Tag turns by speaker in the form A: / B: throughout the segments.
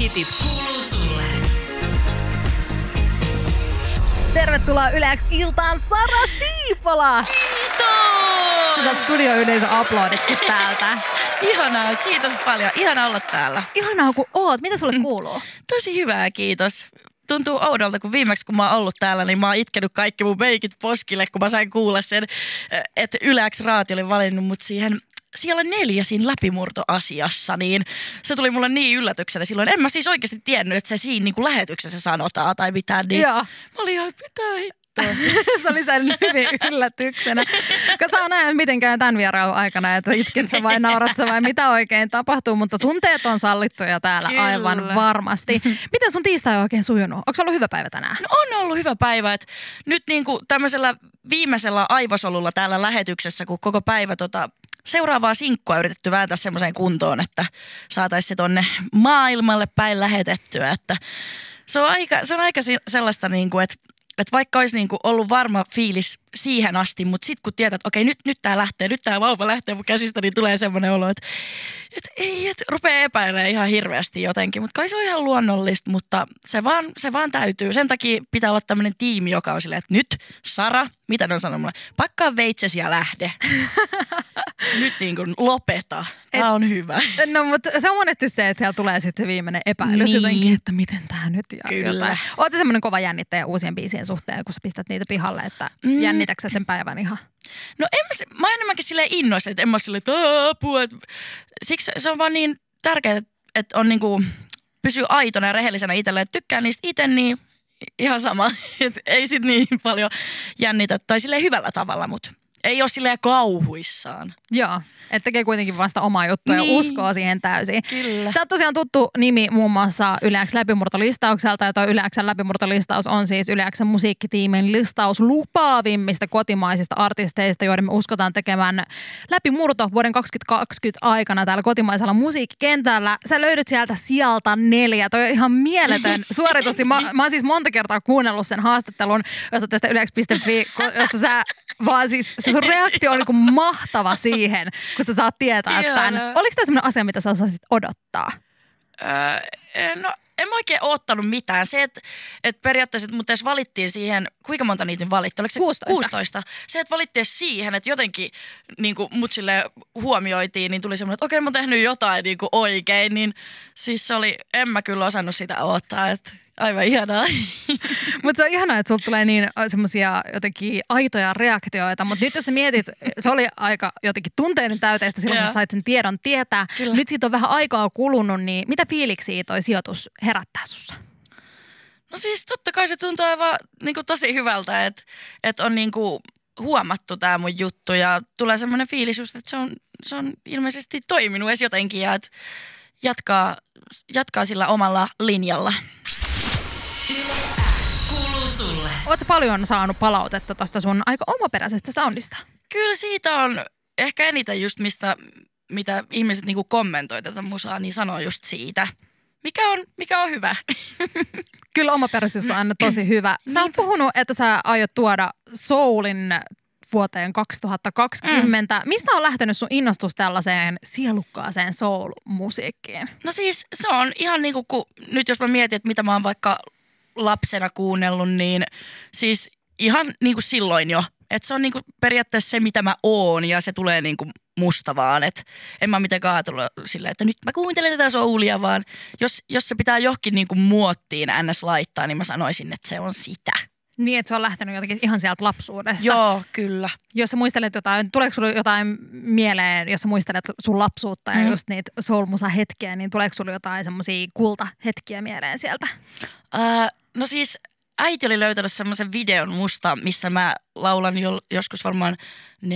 A: hitit kuuluu sulle.
B: Tervetuloa Yleäks iltaan Sara Siipola!
A: Kiitos!
B: Sä saat studioyleisö aploditkin täältä.
A: Ihanaa, kiitos paljon. Ihana olla täällä.
B: Ihanaa kun oot. Mitä sulle kuuluu?
A: Tosi hyvää, kiitos. Tuntuu oudolta, kun viimeksi kun mä oon ollut täällä, niin mä oon itkenyt kaikki mun meikit poskille, kun mä sain kuulla sen, että Yläks Raati oli valinnut mut siihen siellä neljä siinä läpimurtoasiassa, niin se tuli mulle niin yllätyksenä silloin. En mä siis oikeasti tiennyt, että se siinä niin kuin lähetyksessä sanotaan tai mitään, niin
B: Joo.
A: mä olin ihan, että mitä hittoa.
B: se oli sen hyvin yllätyksenä. Koska sä näin mitenkään tämän vieraan aikana, että itket sä vai naurat sä vai mitä oikein tapahtuu, mutta tunteet on sallittuja täällä
A: Kyllä.
B: aivan varmasti. Miten sun tiistai on oikein sujunut? Onko ollut hyvä päivä tänään?
A: No on ollut hyvä päivä. Et nyt niin kuin tämmöisellä viimeisellä aivosolulla täällä lähetyksessä, kun koko päivä tota, seuraavaa sinkkua yritetty vääntää semmoiseen kuntoon, että saataisiin se tonne maailmalle päin lähetettyä. Että se, on aika, se on aika si- sellaista, niin kuin, että et vaikka olisi niinku ollut varma fiilis siihen asti, mutta sitten kun tietää, että okei, nyt, nyt tämä lähtee, nyt tämä vauva lähtee mun käsistä, niin tulee semmoinen olo, että et ei, et rupeaa epäilemään ihan hirveästi jotenkin, mutta kai se on ihan luonnollista, mutta se vaan, se vaan täytyy. Sen takia pitää olla tämmöinen tiimi, joka on silleen, että nyt Sara, mitä ne on sanonut mulle, pakkaa veitsesi ja lähde. nyt niin kuin lopeta, tämä on hyvä.
B: No mutta se on monesti se, että siellä tulee sitten se viimeinen epäilys
A: Niin.
B: jotenkin, että miten tämä nyt ja
A: Kyllä.
B: jotain. Oletko semmoinen kova jännittäjä uusien biisien suhteen, kun sä pistät niitä pihalle, että
A: Mm.
B: mm. jännitäksä sen päivän ihan?
A: No en mä, se- mä oon enemmänkin silleen innoissa, että en mä ole silleen, että apua. et- Siksi se on vaan niin tärkeää, että on niinku, pysyy aitona ja rehellisenä itselle, että tykkää niistä itse, niin ihan sama. Et ei sit niin paljon jännitä, tai silleen hyvällä tavalla, mutta ei ole silleen kauhuissaan.
B: Joo, että tekee kuitenkin vasta omaa juttua niin. ja
A: Niin.
B: uskoo siihen täysin.
A: Kyllä.
B: Sä oot tosiaan tuttu nimi muun muassa Yleäksen läpimurtolistaukselta ja toi Yleäksen läpimurtolistaus on siis Yleäksen musiikkitiimin listaus lupaavimmista kotimaisista artisteista, joiden me uskotaan tekemään läpimurto vuoden 2020 aikana täällä kotimaisella musiikkikentällä. Sä löydät sieltä sieltä neljä. Toi on ihan mieletön suoritus. Ja Mä, mä oon siis monta kertaa kuunnellut sen haastattelun, josta tästä yleäks.fi, ko- jossa sä vaan siis se sun reaktio on niin mahtava siihen, kun sä saat tietää
A: Ihanaa.
B: tämän. Oliko tämä sellainen asia, mitä sä osasit odottaa?
A: Öö, no en mä oikein oottanut mitään. Se, että et periaatteessa et mut edes valittiin siihen, kuinka monta niitä nyt valittiin? Oliko se
B: 16.
A: 16? Se, että valittiin edes siihen, että jotenkin niin mut sille huomioitiin, niin tuli semmoinen, että okei mä oon tehnyt jotain niin oikein. Niin siis se oli, en mä kyllä osannut sitä odottaa. Että aivan ihanaa.
B: Mutta se on ihanaa, että sulla tulee niin semmoisia jotenkin aitoja reaktioita. Mutta nyt jos sä mietit, se oli aika jotenkin tunteiden täyteistä silloin, kun sä
A: Joo.
B: sait sen tiedon tietää.
A: Kyllä.
B: Nyt siitä on vähän aikaa kulunut, niin mitä fiiliksiä toi sijoitus herättää sussa?
A: No siis totta kai se tuntuu aivan niin kuin tosi hyvältä, että, että on niin kuin huomattu tämä mun juttu ja tulee semmoinen fiilis just, että se on, se on ilmeisesti toiminut edes jotenkin ja että jatkaa, jatkaa sillä omalla linjalla.
B: Oletko paljon saanut palautetta tuosta sun aika omaperäisestä soundista?
A: Kyllä siitä on ehkä eniten just mistä, mitä ihmiset niin kuin kommentoi tätä musaa, niin sanoo just siitä. Mikä on, mikä on hyvä.
B: Kyllä omaperäisyys on aina tosi hyvä. Sä
A: Niin.
B: oot puhunut, että sä aiot tuoda soulin vuoteen 2020.
A: Mm.
B: Mistä on lähtenyt sun innostus tällaiseen sielukkaaseen soul-musiikkiin?
A: No siis se on ihan niin kuin, kun, nyt jos mä mietin, että mitä mä oon vaikka lapsena kuunnellut, niin siis ihan niin kuin silloin jo. Että se on niin kuin periaatteessa se, mitä mä oon ja se tulee niin kuin musta vaan. Et en mä mitenkään ajatellut sillä, että nyt mä kuuntelen tätä soulia, vaan jos, jos se pitää johonkin niin kuin muottiin ns. laittaa, niin mä sanoisin, että se on sitä.
B: Niin, että se on lähtenyt jotenkin ihan sieltä lapsuudesta.
A: Joo, kyllä.
B: Jos sä muistelet jotain, tuleeko sulla jotain mieleen, jos sä muistelet sun lapsuutta ja
A: Mm.
B: just niitä soulmusa hetkiä, niin tuleeko sulla jotain semmoisia kultahetkiä mieleen sieltä?
A: Öö, no siis äiti oli löytänyt semmoisen videon musta, missä mä laulan jo, joskus varmaan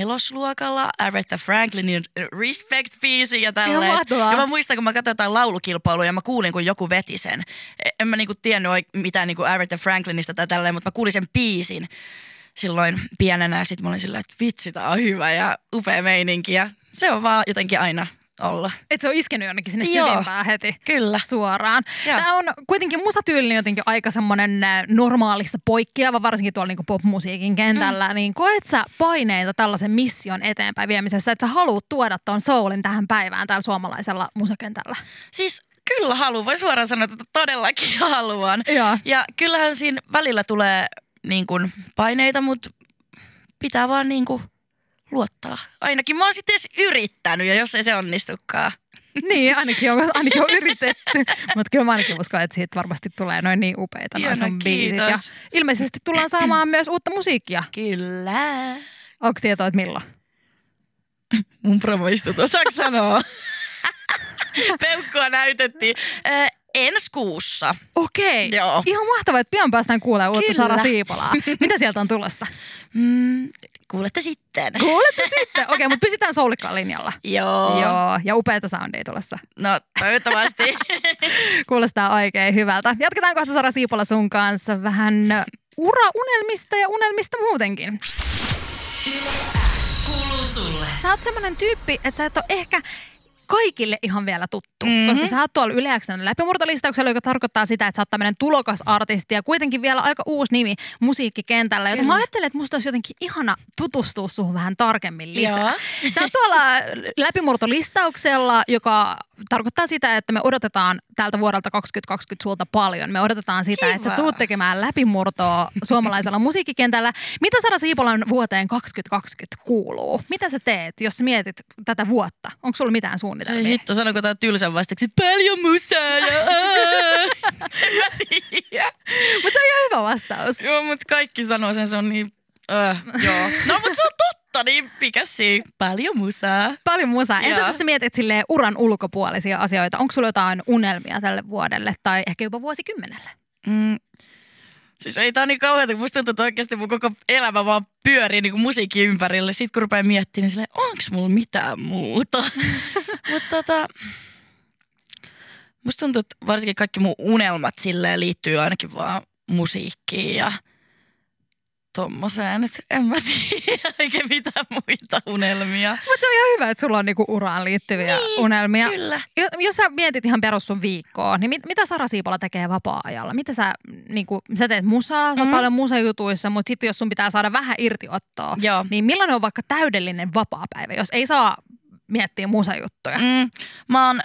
A: nelosluokalla Aretha Franklinin Respect-biisi ja tälleen.
B: Ihan mahtavaa.
A: ja mä muistan, kun mä katsoin jotain laulukipailua ja mä kuulin, kun joku veti sen. E- En mä niinku tiennyt oik- mitään niinku Aretha Franklinista tai tälleen, mutta mä kuulin sen biisin silloin pienenä ja sit mä olin silleen, että vitsi, tää on hyvä ja upea meininki ja se on vaan jotenkin aina olla.
B: Et se on iskenyt jonnekin sinne
A: Joo.
B: syvimpään heti
A: Kyllä.
B: suoraan.
A: Joo.
B: Tämä on kuitenkin musatyylinen jotenkin aika semmoinen ä, normaalista poikkeava, varsinkin tuolla niinku popmusiikin kentällä.
A: Mm.
B: Niin koet sä paineita tällaisen mission eteenpäin viemisessä, että sä haluat tuoda tuon soulin tähän päivään täällä suomalaisella musakentällä?
A: Siis Kyllä haluan, voi suoraan sanoa, että todellakin haluan.
B: Joo.
A: Ja kyllähän siinä välillä tulee niin kuin paineita, mutta pitää vaan niin kuin luottaa. Ainakin mä oon sitten edes yrittänyt ja jos ei se onnistukaan.
B: Niin, ainakin on, ainakin on yritetty. Mutta kyllä mä ainakin uskon, että siitä varmasti tulee noin niin upeita noin
A: Hieno,
B: sun biisit. Ja
A: no kiitos.
B: ilmeisesti tullaan saamaan myös uutta musiikkia.
A: Kyllä.
B: Onko tietoa, että milloin?
A: Mun promo istui tuossa, saanko sanoa? Peukkua näytettiin. Ö, ensi kuussa.
B: Okei.
A: Joo.
B: Ihan mahtavaa, että pian päästään kuulemaan uutta
A: Kyllä.
B: Sara Siipolaa. Mitä sieltä on tulossa?
A: Mm, kuulette sitten.
B: Kuulette sitten. Okei, mutta pysytään soulikkaan linjalla.
A: Joo. Joo.
B: Joo, ja upeita soundeja tulossa.
A: No, toivottavasti.
B: Kuulostaa oikein hyvältä. Jatketaan kohta Sara Siipola sun kanssa vähän uraunelmista ja unelmista muutenkin.
C: Kuuluu sulle.
B: Sä oot semmoinen tyyppi, että sä et ole ehkä kaikille ihan vielä tuttu,
A: Mhm.
B: mm-hmm. koska sä oot tuolla yleäksän läpimurtolistauksella, joka tarkoittaa sitä, että sä oot tämmöinen tulokas artisti ja kuitenkin vielä aika uusi nimi musiikkikentällä, joten
A: Kyllä.
B: mä ajattelen, että musta olisi jotenkin ihana tutustua suhun vähän tarkemmin lisää.
A: Joo.
B: Sä oot tuolla läpimurtolistauksella, joka tarkoittaa sitä, että me odotetaan tältä vuodelta 2020 sulta paljon. Me odotetaan sitä,
A: Kiva.
B: että sä tuut tekemään läpimurtoa suomalaisella musiikkikentällä. Mitä Sara Siipolan vuoteen 2020 kuuluu? Mitä sä teet, jos sä mietit tätä vuotta? Onko sulla mitään
A: Ei
B: suunnitelmia?
A: hitto, sanonko tää tylsän vastaksi, että paljon musaa ja
B: Mutta se on ihan hyvä vastaus.
A: Joo, mut kaikki sanoo sen, se on niin, äh, joo. No mut se on totta, niin mikäs siinä? Paljon musaa.
B: Paljon musaa. Entäs
A: Joo.
B: jos sä mietit silleen uran ulkopuolisia asioita? Onko sulla jotain unelmia tälle vuodelle tai ehkä jopa vuosikymmenelle?
A: Mm. Siis ei tää ole niin kauheata, kun musta tuntuu, että oikeasti mun koko elämä vaan pyörii niin musiikin ympärille. Sitten kun rupeaa miettimään, niin silleen, onks mulla mitään muuta? Mutta tota, musta tuntuu, että varsinkin kaikki mun unelmat silleen liittyy ainakin vaan musiikkiin ja tommoseen, että en mä tiedä oikein mitään muita unelmia.
B: Mutta se on ihan hyvä, että sulla on niinku uraan liittyviä niin, unelmia.
A: Kyllä.
B: Jo- Jos sä mietit ihan perus sun viikkoa, niin mit, mitä Sara Siipola tekee vapaa-ajalla? Mitä sä, niin kun, sä teet musaa, sä mm.
A: Mm.
B: paljon musajutuissa, mutta sitten jos sun pitää saada vähän irtiottoa,
A: Joo.
B: niin millainen on vaikka täydellinen vapaa-päivä, jos ei saa miettiä musajuttuja?
A: Mm, mä oon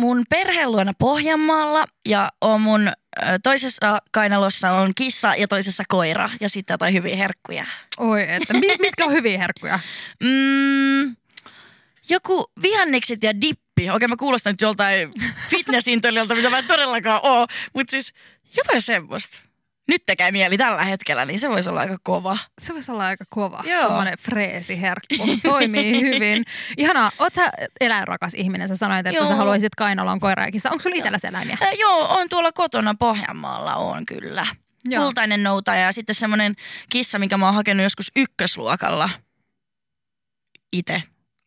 A: mun perheen luona Pohjanmaalla ja on mun ö, toisessa kainalossa on kissa ja toisessa koira ja sitten jotain hyviä herkkuja.
B: Oi, että mit, mitkä on hyviä herkkuja?
A: Mm, joku vihannekset ja dippi. Okei, mä kuulostan nyt joltain fitnessintoilijalta, mitä mä en todellakaan oo, mutta siis jotain semmoista. Nyt tekee mieli tällä hetkellä, niin se voisi olla aika kova.
B: Se voisi olla aika kova,
A: Joo.
B: tuommoinen freesiherkku. Toimii hyvin. Ihanaa, oot sä eläinrakas ihminen, sä sanoit, että Joo. sä
A: Joo.
B: haluaisit kainalon koiraa ja kissaa. Onko sulla itselläsi eläimiä?
A: Äh, joo, on tuolla kotona Pohjanmaalla on kyllä. Joo. Kultainen noutaja ja sitten semmoinen kissa, minkä mä oon hakenut joskus ykkösluokalla itse.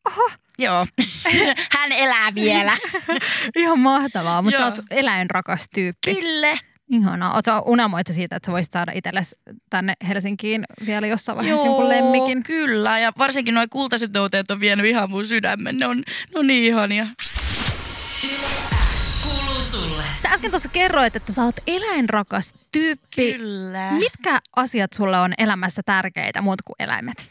B: Oho.
A: Joo. Hän elää vielä.
B: Ihan mahtavaa, mutta sä
A: Joo.
B: oot eläinrakas tyyppi.
A: Kyllä.
B: Ihanaa. Oletko unelmoit sä siitä, että sä voisit saada itsellesi tänne Helsinkiin vielä jossain vaiheessa
A: Joo,
B: jonkun lemmikin?
A: Kyllä, ja varsinkin nuo kultaiset noutajat on vienyt ihan mun sydämen. Ne on, ne on niin ihania.
C: Kuuluu sulle.
B: Sä äsken tuossa kerroit, että sä oot eläinrakas tyyppi.
A: Kyllä.
B: Mitkä asiat sulle on elämässä tärkeitä muuta kuin eläimet?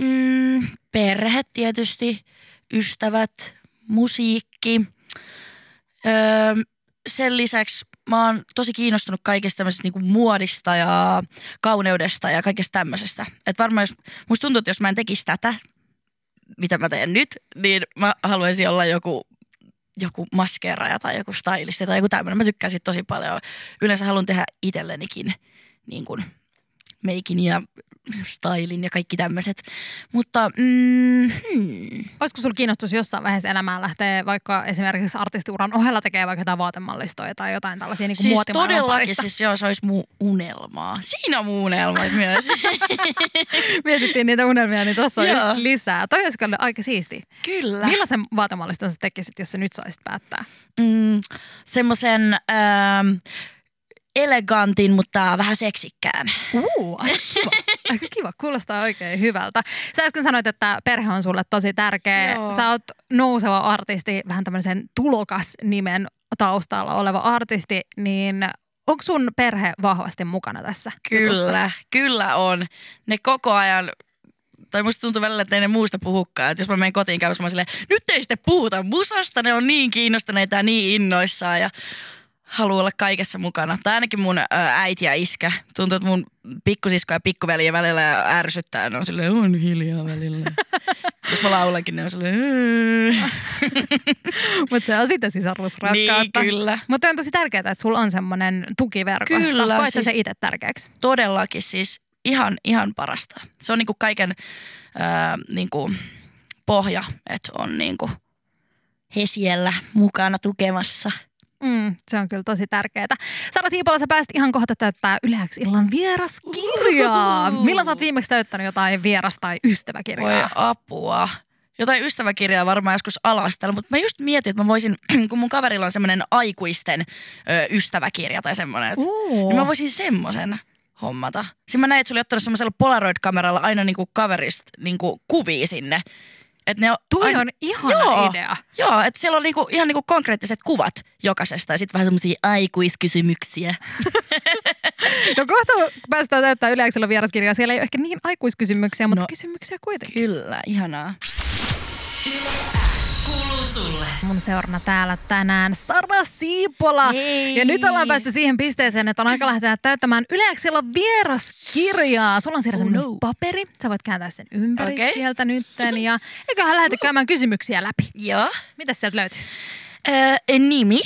A: Mm, perhe tietysti, ystävät, musiikki. Öö, sen lisäksi mä oon tosi kiinnostunut kaikesta tämmöisestä niinku muodista ja kauneudesta ja kaikesta tämmöisestä. Et varmaan jos, musta tuntuu, että jos mä en tekisi tätä, mitä mä teen nyt, niin mä haluaisin olla joku joku maskeeraaja tai joku stylisti tai joku tämmöinen. Mä tykkään siitä tosi paljon. Yleensä haluan tehdä itsellenikin niin kuin meikin ja stylin ja kaikki tämmöiset. Mutta mm, hmm.
B: Olisiko sulla kiinnostus jossain vaiheessa elämään lähteä vaikka esimerkiksi artistiuran ohella tekemään vaikka jotain vaatemallistoja tai jotain tällaisia niin
A: siis
B: muotimaailman
A: todellakin,
B: parissa?
A: siis joo, se olisi mun unelmaa. Siinä on mun unelma myös.
B: siis- Mietittiin niitä unelmia, niin tuossa on
A: Joo.
B: yksi lisää. Toi olisi kyllä aika siisti.
A: Kyllä.
B: Millaisen vaatemalliston sä tekisit, jos sä nyt saisit päättää?
A: Mm, semmoisen ähm, elegantin, mutta vähän seksikkään.
B: Uu, aika kiva. Aika kiva, kuulostaa oikein hyvältä. Sä äsken sanoit, että perhe on sulle tosi tärkeä. Joo.
A: Joo.
B: Sä oot nouseva artisti, vähän tämmöisen tulokas nimen taustalla oleva artisti, niin onko sun perhe vahvasti mukana tässä? jutussa?
A: Kyllä, kyllä on. Ne koko ajan Toi musta tuntuu välillä, että ei ne muusta puhukaan. Että jos mä menen kotiin käymään, mä oon silleen, nyt ei sitten puhuta musasta, ne on niin kiinnostuneita ja niin innoissaan ja haluaa olla kaikessa mukana. Tai ainakin mun ö, äiti ja iskä. Tuntuu, että mun pikkusisko ja pikkuveli välillä ärsyttää. Ne on silleen, on hiljaa välillä. jos mä laulankin, ne on silleen, "Öö."
B: Mutta se on sitä sisarusrakkautta.
A: Niin, kyllä.
B: Mutta on tosi tärkeää, että sulla on semmoinen tukiverkosto.
A: Kyllä,
B: Koet siis...
A: siis-
B: se itse tärkeäksi.
A: todellakin siis ihan, ihan parasta. Se on niinku kaiken ää, niinku pohja, että on niinku he siellä mukana tukemassa.
B: Mm, se on kyllä tosi tärkeää. Sara Siipola, sä pääsit ihan kohta täyttää yleäksi illan vieraskirjaa.
A: Uhuhu.
B: Milloin sä oot viimeksi täyttänyt jotain vieras- tai
A: Voi
B: ystäväkirjaa?
A: apua. Jotain ystäväkirjaa varmaan joskus alastella, mutta mä just mietin, että mä voisin, kun mun kaverilla on semmoinen aikuisten ö, ystäväkirja tai semmoinen, että
B: Uu.
A: niin mä voisin semmoisen hommata. Siinä mä näin, että se oli ottanut semmoisella Polaroid-kameralla aina niinku kaverista niinku kuvia sinne. Et ne on
B: Toi
A: aina-
B: on ihana
A: Joo.
B: idea.
A: Joo, että siellä on niinku, ihan niinku konkreettiset kuvat jokaisesta ja sitten vähän semmoisia aikuiskysymyksiä.
B: No kohta päästään täyttää yleäksellä vieraskirjaa. Siellä ei ole ehkä niin aikuiskysymyksiä, mutta
A: No.
B: kysymyksiä kuitenkin.
A: Kyllä, ihanaa.
B: Mun seurana täällä tänään Sara Siipola.
A: Hei.
B: Ja nyt ollaan päästy siihen pisteeseen, että on aika lähteä täyttämään yleäksellä vieraskirjaa. Sulla on siellä
A: Oh
B: semmoinen
A: no.
B: paperi. Sä voit kääntää sen ympäri
A: Okei.
B: sieltä nytten. Ja eiköhän lähdetä käymään kysymyksiä läpi.
A: Joo.
B: Mitä sieltä löytyy?
A: Öö, nimi.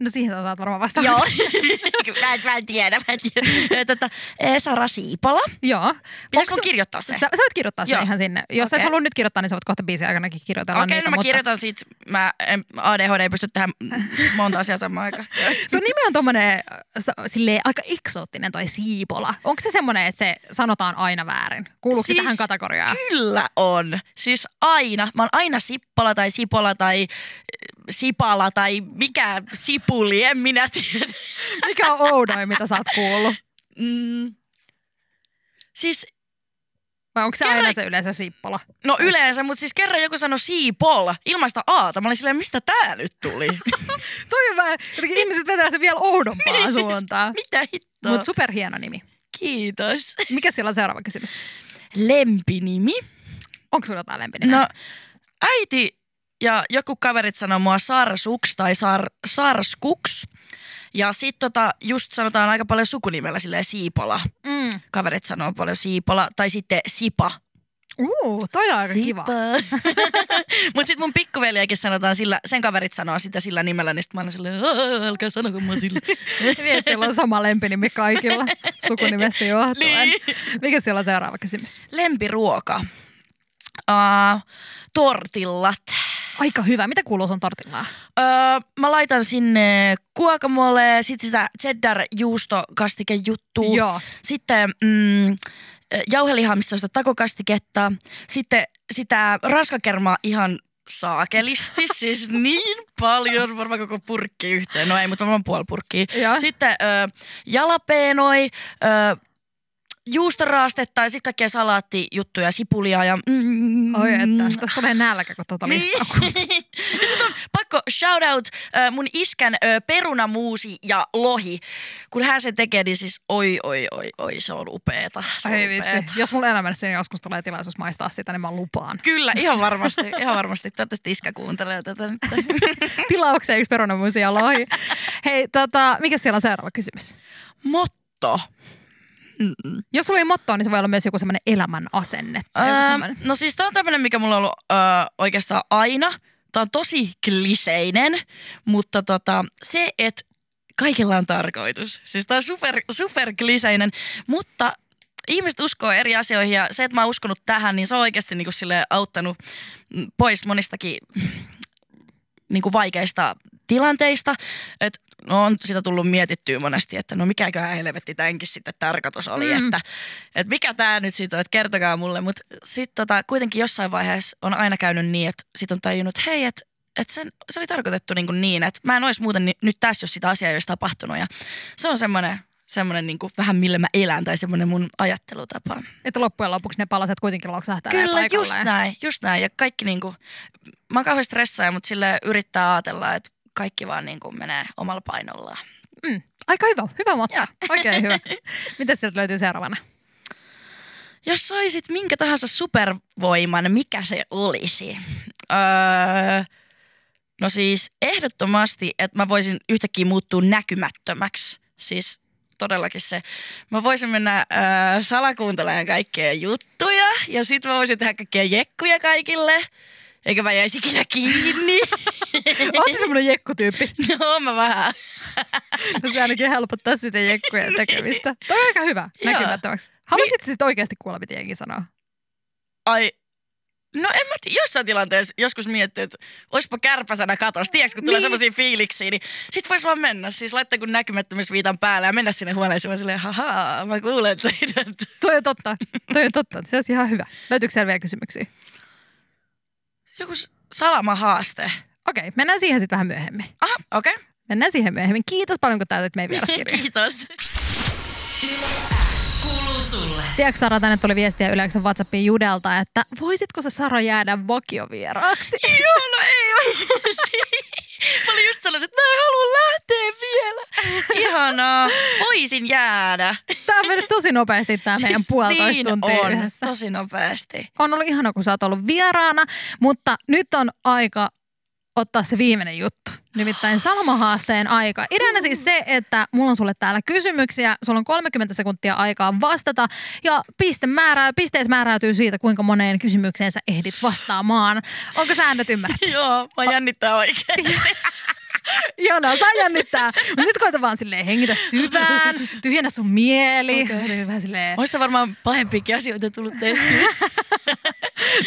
B: No siihen otat varmaan vastaan.
A: Joo. mä, en, mä en tiedä, mä en tiedä. Ö, Tota, ö, Sara Siipola.
B: Joo.
A: Pitäis mun
B: Onks-
A: kirjoittaa se?
B: Sä, sä voit kirjoittaa sen
A: Joo.
B: ihan sinne. Jos okay. et
A: Okei.
B: halua nyt kirjoittaa, niin sä voit kohta biisin aikanakin kirjoitella
A: Okei,
B: niitä.
A: no mä
B: mutta-
A: kirjoitan siitä. Mä, en, ADHD ei pysty tähän monta asiaa samaan aikaan.
B: Sun nimi on tommonen äh, sa- silleen, aika eksoottinen toi siipola. Onko se semmoinen, että se sanotaan aina väärin? Kuuluuko siis...
A: Siis-
B: se tähän kategoriaan?
A: Kyllä on. Siis aina. Mä oon aina Sippala tai Sipola tai ö, Sipala tai mikä Sipuli, en minä tiedä.
B: Mikä on oudoin, mitä sä oot kuullut?
A: Mm. Siis,
B: Vai onko se
A: Kerran-
B: aina se yleensä siippola?
A: no yleensä, mutta siis kerran joku sanoi siipol ilmaista aata. Mä olin silleen, mistä tää nyt tuli?
B: Toi on vähän, jotenkin ihmiset vetää sen vielä oudompaan
A: Niin, siis-
B: suuntaan.
A: Mitä hittoa?
B: Mutta superhieno nimi.
A: Kiitos.
B: Mikä siellä on seuraava kysymys?
A: Lempinimi?
B: Onko sulla jotain lempinimää?
A: No, äiti ja joku kaverit sanoo mua Sarsuks tai sar, Sarskuks. Ja sit tota, just sanotaan aika paljon sukunimellä silleen Siipola.
B: Mm.
A: Kaverit sanoo paljon Siipola tai sitten Sipa.
B: Uu, toi on aika kiva.
A: Mutta sitten mun pikkuveliäkin sanotaan sillä, sen kaverit sanoo sitä sillä nimellä, niin sit mä aina silleen, "Aa, älkää sanoko mä sillä.
B: Niin, että teillä on sama lempinimi kaikilla sukunimestä johtuen.
A: Niin.
B: Mikä siellä on seuraava kysymys?
A: Lempiruoka. Uh, tortillat.
B: Aika hyvä. Mitä kuuluu sun tortillaan?
A: Öö, mä laitan sinne kuokamole, sitten sitä cheddar juustokastikejuttua.
B: Joo.
A: Sitten mm, jauhelihaa, missä on sitä takokastiketta. Sitten sitä raskakermaa ihan saakelisti, siis niin paljon, varmaan koko purkki yhteen. No ei, mutta varmaan puoli purkkiä.
B: Joo.
A: Sitten ö, jalapeenoi, ö, juustoraastetta ja sitten kaikkea salaattijuttuja, sipulia ja... Mm,
B: Oi, että tästä tulee nälkä, kun tuota
A: Niin.
B: listaa.
A: ja sit on pakko shout out äh, mun iskän äh, perunamuusi ja lohi. Kun hän sen tekee, niin siis oi, oi, oi, oi, se on upeeta. Se on
B: Ai vitsi,
A: upeeta.
B: jos mulla elämässä niin joskus tulee tilaisuus maistaa sitä, niin mä lupaan.
A: Kyllä, ihan varmasti, ihan varmasti. Toivottavasti iskä kuuntelee tätä nyt.
B: Tilaukseen yksi perunamuusi ja lohi. Hei, tota, mikä siellä on seuraava kysymys?
A: Motto.
B: Jos sulla ei mottoa, niin se voi olla myös joku semmoinen elämän asenne. Tai joku
A: Öö,
B: semmoinen.
A: no siis tää on tämmönen, mikä mulla on ollut öö, oikeastaan aina. Tää on tosi kliseinen, mutta tota, se, että kaikilla on tarkoitus. Siis tää on super, super kliseinen, mutta ihmiset uskoo eri asioihin ja se, että mä oon uskonut tähän, niin se on oikeasti niinku sille auttanut mm, pois monistakin niinku vaikeista tilanteista. Et, no on sitä tullut mietittyä monesti, että no mikäköhän helvetti tämänkin sitten tarkoitus oli,
B: Mm.
A: mm. että, että mikä tämä nyt siitä on, että kertokaa mulle. Mutta sitten tota, kuitenkin jossain vaiheessa on aina käynyt niin, että sitten on tajunnut, että hei, että et sen, se oli tarkoitettu niin, niin että mä en olisi muuten ni- nyt tässä, jos sitä asiaa ei olisi tapahtunut. Ja se on semmoinen, semmoinen niin vähän millä mä elän tai semmoinen mun ajattelutapa.
B: Että loppujen lopuksi ne palaset kuitenkin loksahtaa
A: Kyllä,
B: näin
A: just
B: paikalleen.
A: näin, just näin. Ja kaikki niinku, mä oon kauhean stressaaja, mutta sille yrittää ajatella, että kaikki vaan niinku menee omalla painollaan.
B: Mm, aika hyvä, hyvä motto.
A: Joo.
B: Oikein hyvä. Mitä sieltä löytyy seuraavana?
A: Jos saisit minkä tahansa supervoiman, mikä se olisi? Öö, no siis ehdottomasti, että mä voisin yhtäkkiä muuttua näkymättömäksi. Siis todellakin se. Mä voisin mennä äh, salakuuntelemaan kaikkea juttuja ja sit mä voisin tehdä kaikkia jekkuja kaikille. Eikä mä jäisi ikinä kiinni.
B: Oot semmoinen jekkutyyppi.
A: no mä vähän.
B: No se ainakin helpottaa sitä jekkujen tekemistä. Toi on aika hyvä
A: Joo.
B: näkymättömäksi. Haluaisitko niin. sitten oikeasti kuulla, mitä jengi sanoo?
A: Ai, no en mä tiedä, jossain tilanteessa joskus miettii, että olisipa kärpäsänä katos, tiedätkö, kun tulee
B: Niin.
A: niin. semmoisia fiiliksiä, niin sit vois vaan mennä, siis laittaa kun näkymättömyysviitan päälle ja mennä sinne huoneeseen vaan silleen, hahaa, mä kuulen teidät.
B: Toi on totta. Toi on totta. Se olisi ihan hyvä. Löytyykö siellä vielä kysymyksiä?
A: Joku s- salamahaaste.
B: Okei, mennään siihen sitten vähän myöhemmin.
A: Aha, okei. Okay.
B: Mennään siihen myöhemmin. Kiitos paljon, kun täytit meidän vieraskirjan.
A: Kiitos.
C: Kuuluu sulle.
B: Tiedätkö Sara, tänne tuli viestiä yleensä WhatsAppiin Judelta, että voisitko se Sara jäädä vakiovieraaksi?
A: Joo, no ei oikeesti. Mä olin just sellaiset, että mä en halua lähteä vielä. Ihanaa. Voisin jäädä.
B: Tämä on mennyt tosi nopeasti tämä meidän puolitoista
A: niin
B: tuntia
A: on,
B: yhdessä.
A: tosi nopeasti.
B: On ollut ihana, kun sä oot ollut vieraana, mutta nyt on aika ottaa se viimeinen juttu. Nimittäin Salma-haasteen aika. Ideana siis se, että mulla on sulle täällä kysymyksiä. Sulla on 30 sekuntia aikaa vastata ja piste määrää, pisteet määräytyy siitä, kuinka moneen kysymykseen sä ehdit vastaamaan. Onko säännöt ymmärretty?
A: Joo, mä jännittää oikein.
B: Ihanaa, saa jännittää. Mut nyt koita vaan silleen hengitä syvään, tyhjennä sun mieli. Okay. Vähän silleen.
A: Oista varmaan pahempiakin asioita tullut tehty.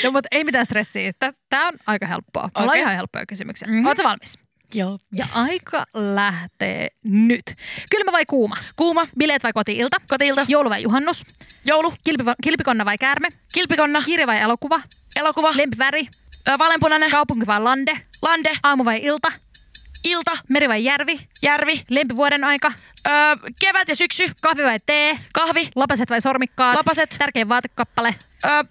B: No, mutta ei mitään stressiä. Tämä on aika helppoa. Mulla on
A: Okei.
B: ihan helppoja kysymyksiä.
A: Mhm.
B: Mm-hmm. Oletko valmis?
A: Joo.
B: Ja aika lähtee nyt. Kylmä vai kuuma?
A: Kuuma,
B: Bileet vai kotiilta?
A: kotiilta,
B: Joulu vai juhannus?
A: joulu,
B: Kilpiva- kilpikonna vai käärme?
A: kilpikonna,
B: Kirja vai elokuva?
A: elokuva,
B: Lempiväri?
A: ö, valenpunainen,
B: Kaupunki vai lande?
A: lande,
B: Aamu vai ilta?
A: ilta,
B: Meri vai järvi?
A: järvi,
B: Lempivuoden aika?
A: ö, kevät ja syksy,
B: Kahvi vai tee?
A: kahvi,
B: Lapaset vai sormikkaat?
A: Lapaset.
B: Tärkein vaatekappale?
A: ö,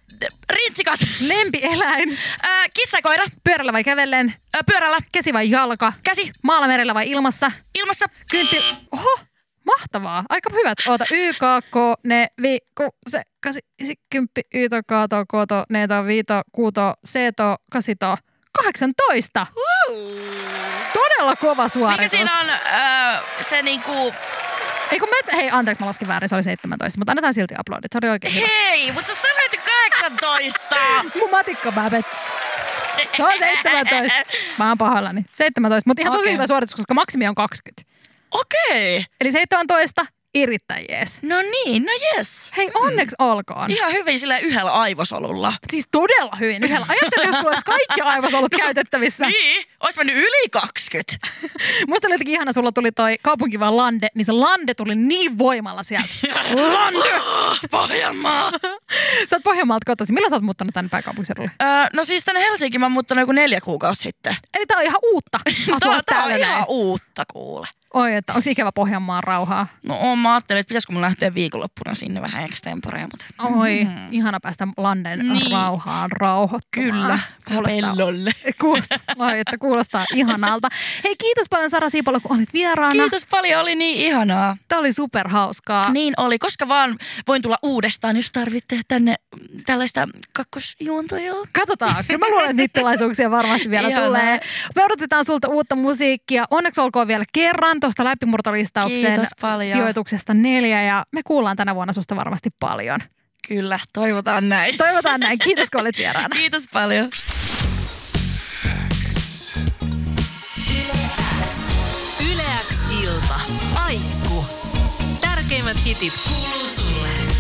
A: rintsikat,
B: Lempieläin?
A: ö, kissakoira,
B: Pyörällä vai kävellen?
A: ö, pyörällä,
B: Käsi vai jalka?
A: käsi,
B: Maalla, merellä vai ilmassa?
A: ilmassa,
B: Kynti... Oho, mahtavaa. Aika hyvät. Oota, y, k, k, ne, vi, ku, se, kasi, isi, kymppi, y, to, k, to, k, to, ne, to, vi, to, ku, to, se, to, kasi, to. 18. Todella kova
A: Mikä
B: suoritus.
A: siinä on öö, se niinku,
B: Ei kun mä, hei, anteeksi, mä laskin väärin, se oli 17, mutta annetaan silti aplodit. Se oli oikein hyvä.
A: hei, mutta sä sanoit jo 18.
B: Mun matikka mä pet... Se on 17. Mä oon pahoillani. 17, mutta ihan tosi
A: Okei.
B: hyvä suoritus, koska maksimi on 20.
A: Okei,
B: Eli 17, erittäin jees.
A: no niin, no yes.
B: Hei, onneksi olkoon.
A: Ihan hyvin sillä yhdellä aivosolulla.
B: Siis todella hyvin yhdellä. Ajattelin, jos sulla olisi kaikki aivosolut käytettävissä.
A: No, Niin, ois mennyt yli 20.
B: Musta oli jotenkin ihana, sulla tuli toi kaupunki vaan lande, niin se lande tuli niin voimalla sieltä.
A: Lande! Pohjanmaa!
B: Sä oot Pohjanmaalta kotoisin. Milloin sä oot muuttanut tänne pääkaupunkiseudulle?
A: Öö, no siis tänne Helsinkiin mä oon muuttanut joku neljä kuukautta sitten.
B: Eli tää on ihan uutta asua
A: Tää,
B: on,
A: tää on
B: täällä.
A: ihan
B: näin.
A: uutta kuule.
B: Oi, että onko ikävä Pohjanmaan rauhaa?
A: No oon, mä ajattelin, että pitäisikö mun lähteä viikonloppuna sinne vähän extemporea, mutta...
B: Oi, ihana päästä landen
A: Mhm. Niin.
B: rauhaan rauhoittumaan.
A: Kyllä,
B: kuulostaa
A: pellolle.
B: Kuulostaa, ai, että kuulostaa ihanalta. Hei, kiitos paljon Sara Siipola, kun olit vieraana.
A: Kiitos paljon, oli niin ihanaa.
B: Tämä oli superhauskaa.
A: Niin oli, koska vaan voin tulla uudestaan, jos tarvitte tänne mm, tällaista kakkosjuontoja.
B: Katsotaan. Kyllä mä luulen, että niitä tilaisuuksia varmasti vielä
A: Ihanaa.
B: tulee. Me odotetaan sulta uutta musiikkia. Onneksi olkoon vielä kerran tuosta läpimurtolistauksen
A: Kiitos paljon.
B: sijoituksesta neljä. Ja me kuullaan tänä vuonna susta varmasti paljon.
A: Kyllä, toivotaan näin.
B: Toivotaan näin. Kiitos, kun olit vieraana.
A: Kiitos paljon.
C: Yleäks ilta. Aikku. Tärkeimmät hitit kuuluu sulle.